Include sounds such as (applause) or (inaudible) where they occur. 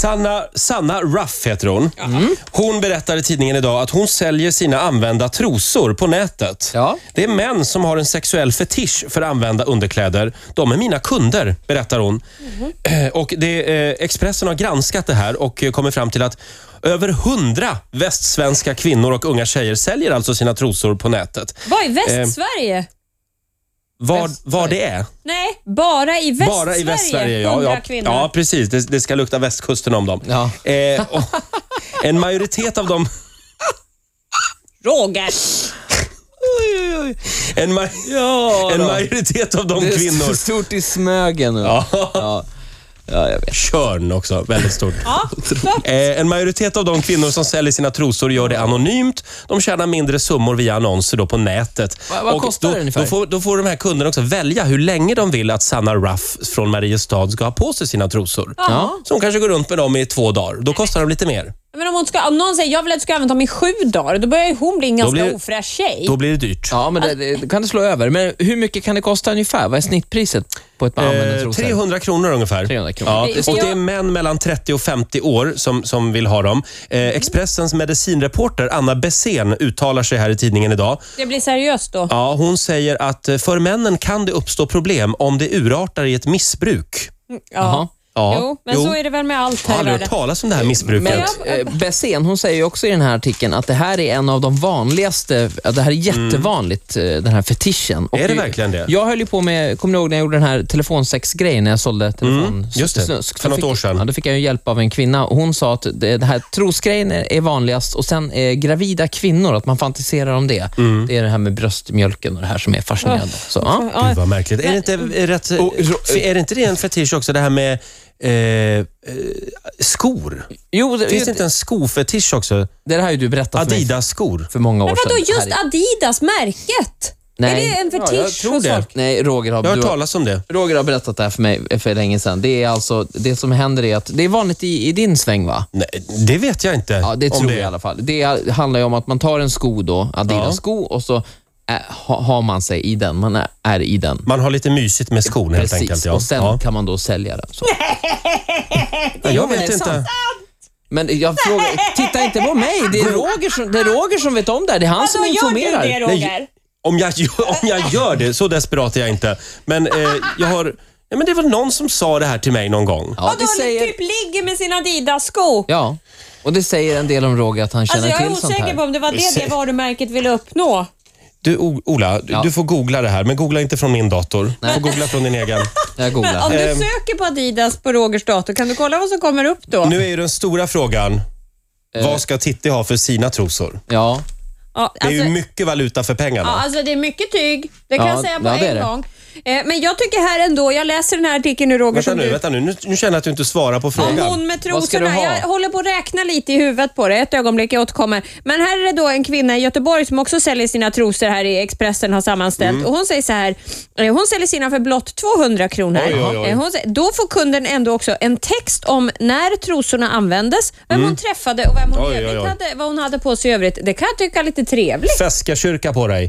Sanna, Sanna Ruff heter hon. Mm. Hon berättar i tidningen idag att hon säljer sina använda trosor på nätet. Ja. Det är män som har en sexuell fetisch för använda underkläder. De är mina kunder, berättar hon. Och det, eh, Expressen har granskat det här och eh, kommer fram till att över hundra västsvenska kvinnor och unga tjejer säljer alltså sina trosor på nätet. Vad i Västsverige? Var, var det är? Nej, bara i Västsverige. Bara i Västsverige. Ja, 100 ja, kvinnor. ja precis. Det, det ska lukta västkusten om dem. Ja. Eh, (laughs) och en majoritet av dem... Roger! En, ma- Ja, en då. majoritet av de det är kvinnor... så stort i Smögen nu. Ja. Ja. jag vet. Körn också, väldigt stort. Ja, klart. (laughs) Eh, en majoritet av de kvinnor som säljer sina trosor gör det anonymt. De tjänar mindre summor via annonser då på nätet. Va- vad Och kostar då, det ungefär? Då får, då får de här kunderna också välja hur länge de vill att Sanna Ruff från Mariestad ska ha på sig sina trosor. Ja. Så hon kanske går runt med dem i två dagar. Då kostar de lite mer. Men om, hon ska, om någon säger jag vill att du ska använda dem i sju dagar, då börjar ju hon bli en ganska blir- ofräsch tjej. Då blir det dyrt. Ja, men det, det, det kan det slå över. Men hur mycket kan det kosta ungefär? Vad är snittpriset på ett par använda Eh, trosor? 300 kronor ungefär. 300 kronor. Ja. Det- det- Och det är män mellan 30 och 50 år som, som vill ha dem. Eh, Expressens medicinreporter Anna Bessén uttalar sig här i tidningen idag. Det blir seriöst då. Ja, hon säger att eh, för männen kan det uppstå problem om det urartar i ett missbruk. Jaha. Ja. Ja. Jo, men Jo. så är det väl med allt Jag har här aldrig i hört världen. talas om det här missbruket. Men eh, Bessén, hon säger ju också i den här artikeln att det här är en av de vanligaste, att det här är jättevanligt, eh, den här fetischen. Och Är det ju- verkligen det? Jag höll ju på med, kommer ni ihåg när jag gjorde den här telefonsexgrejen när jag sålde telefon? Mm, just det. snusk? Då För något fick- år sedan. Ja, då fick jag ju hjälp av en kvinna och hon sa att det, det här trosgrejen är är vanligast och sen eh, gravida kvinnor, att man fantiserar om det. Mm. Det är det här med bröstmjölken och det här som är fascinerande. Så, ja. Gud vad märkligt. Är det inte, är rätt, är det, inte det en fetisch också, det här med eh, eh, skor? Jo, det, Finns det inte en skofetisch också? det här har ju du berättat för mig Adidas-skor. för många år Men sedan. vadå just Här i- Adidas, märket? Nej. Är det en Ja, fetisch jag tror hos det. folk? Nej, Roger Jag har har, du hört har, talas om det. Roger har berättat det här för mig för länge sedan. Det är alltså, det som händer är att, det är vanligt i, i din sväng va? Nej, det vet jag inte. Ja, det om tror jag i alla fall. Det handlar ju om att man tar en sko då, Adidas-sko, och så äh, ha, har man sig i den. Man är, är i den. Man har lite mysigt med skon helt enkelt. Ja. och sen ja. kan man då sälja den. Så. Nej, jag men vet det är inte. sant. Men jag frågar, titta inte på mig. Det är Roger som, det är Roger som vet om det här. Det är han som Vadå, informerar. Gör du det Roger? Om jag, om jag gör det, så desperat är jag inte. Men eh, jag har... Nej, men det var någon som sa det här till mig någon gång. Ja, Vadå, det säger, typ ligger med sin Adidas-sko? ja, och det säger en del om Roger att han känner Alltså jag är till sånt osäker på här. om det var det det varumärket ville uppnå. Du, O- Ola, du, Ja. du får googla det här, men googla inte från min dator. Du får googla från din egen. Jag Men googlar. om du Ehm. söker på Adidas på Rogers dator, kan du kolla vad som kommer upp då? Nu är ju den stora frågan, Eh. vad ska Titti ha för sina trosor? Ja. ja, Det är alltså, ju mycket valuta för pengarna. ja, alltså det är mycket tyg, det kan Ja, jag säga på ja, det är en det. gång. Eh, Men jag tycker här ändå, jag läser den här artikeln nu Roger vänta som nu, du... vänta nu. nu. Nu känner jag att du inte svarar på Om frågan. hon med Vad ska du trosorna. ha? Jag håller på att räkna lite i huvudet på det. Ett ögonblick, jag återkommer. Men här är det då en kvinna i Göteborg som också säljer sina trosor här i Expressen har sammanställt. Mm. Och Hon säger så här, eh, hon säljer sina för blott 200 kronor. Oj, oj, oj. Eh, Hon säger, då får kunden ändå också en text om när trosorna användes, vem hon träffade och vem hon Mm. Oj, i övrigt oj, oj. Hade, vad hon hade på sig i övrigt. Det kan jag tycka är lite trevligt. Feskakyrka på dig.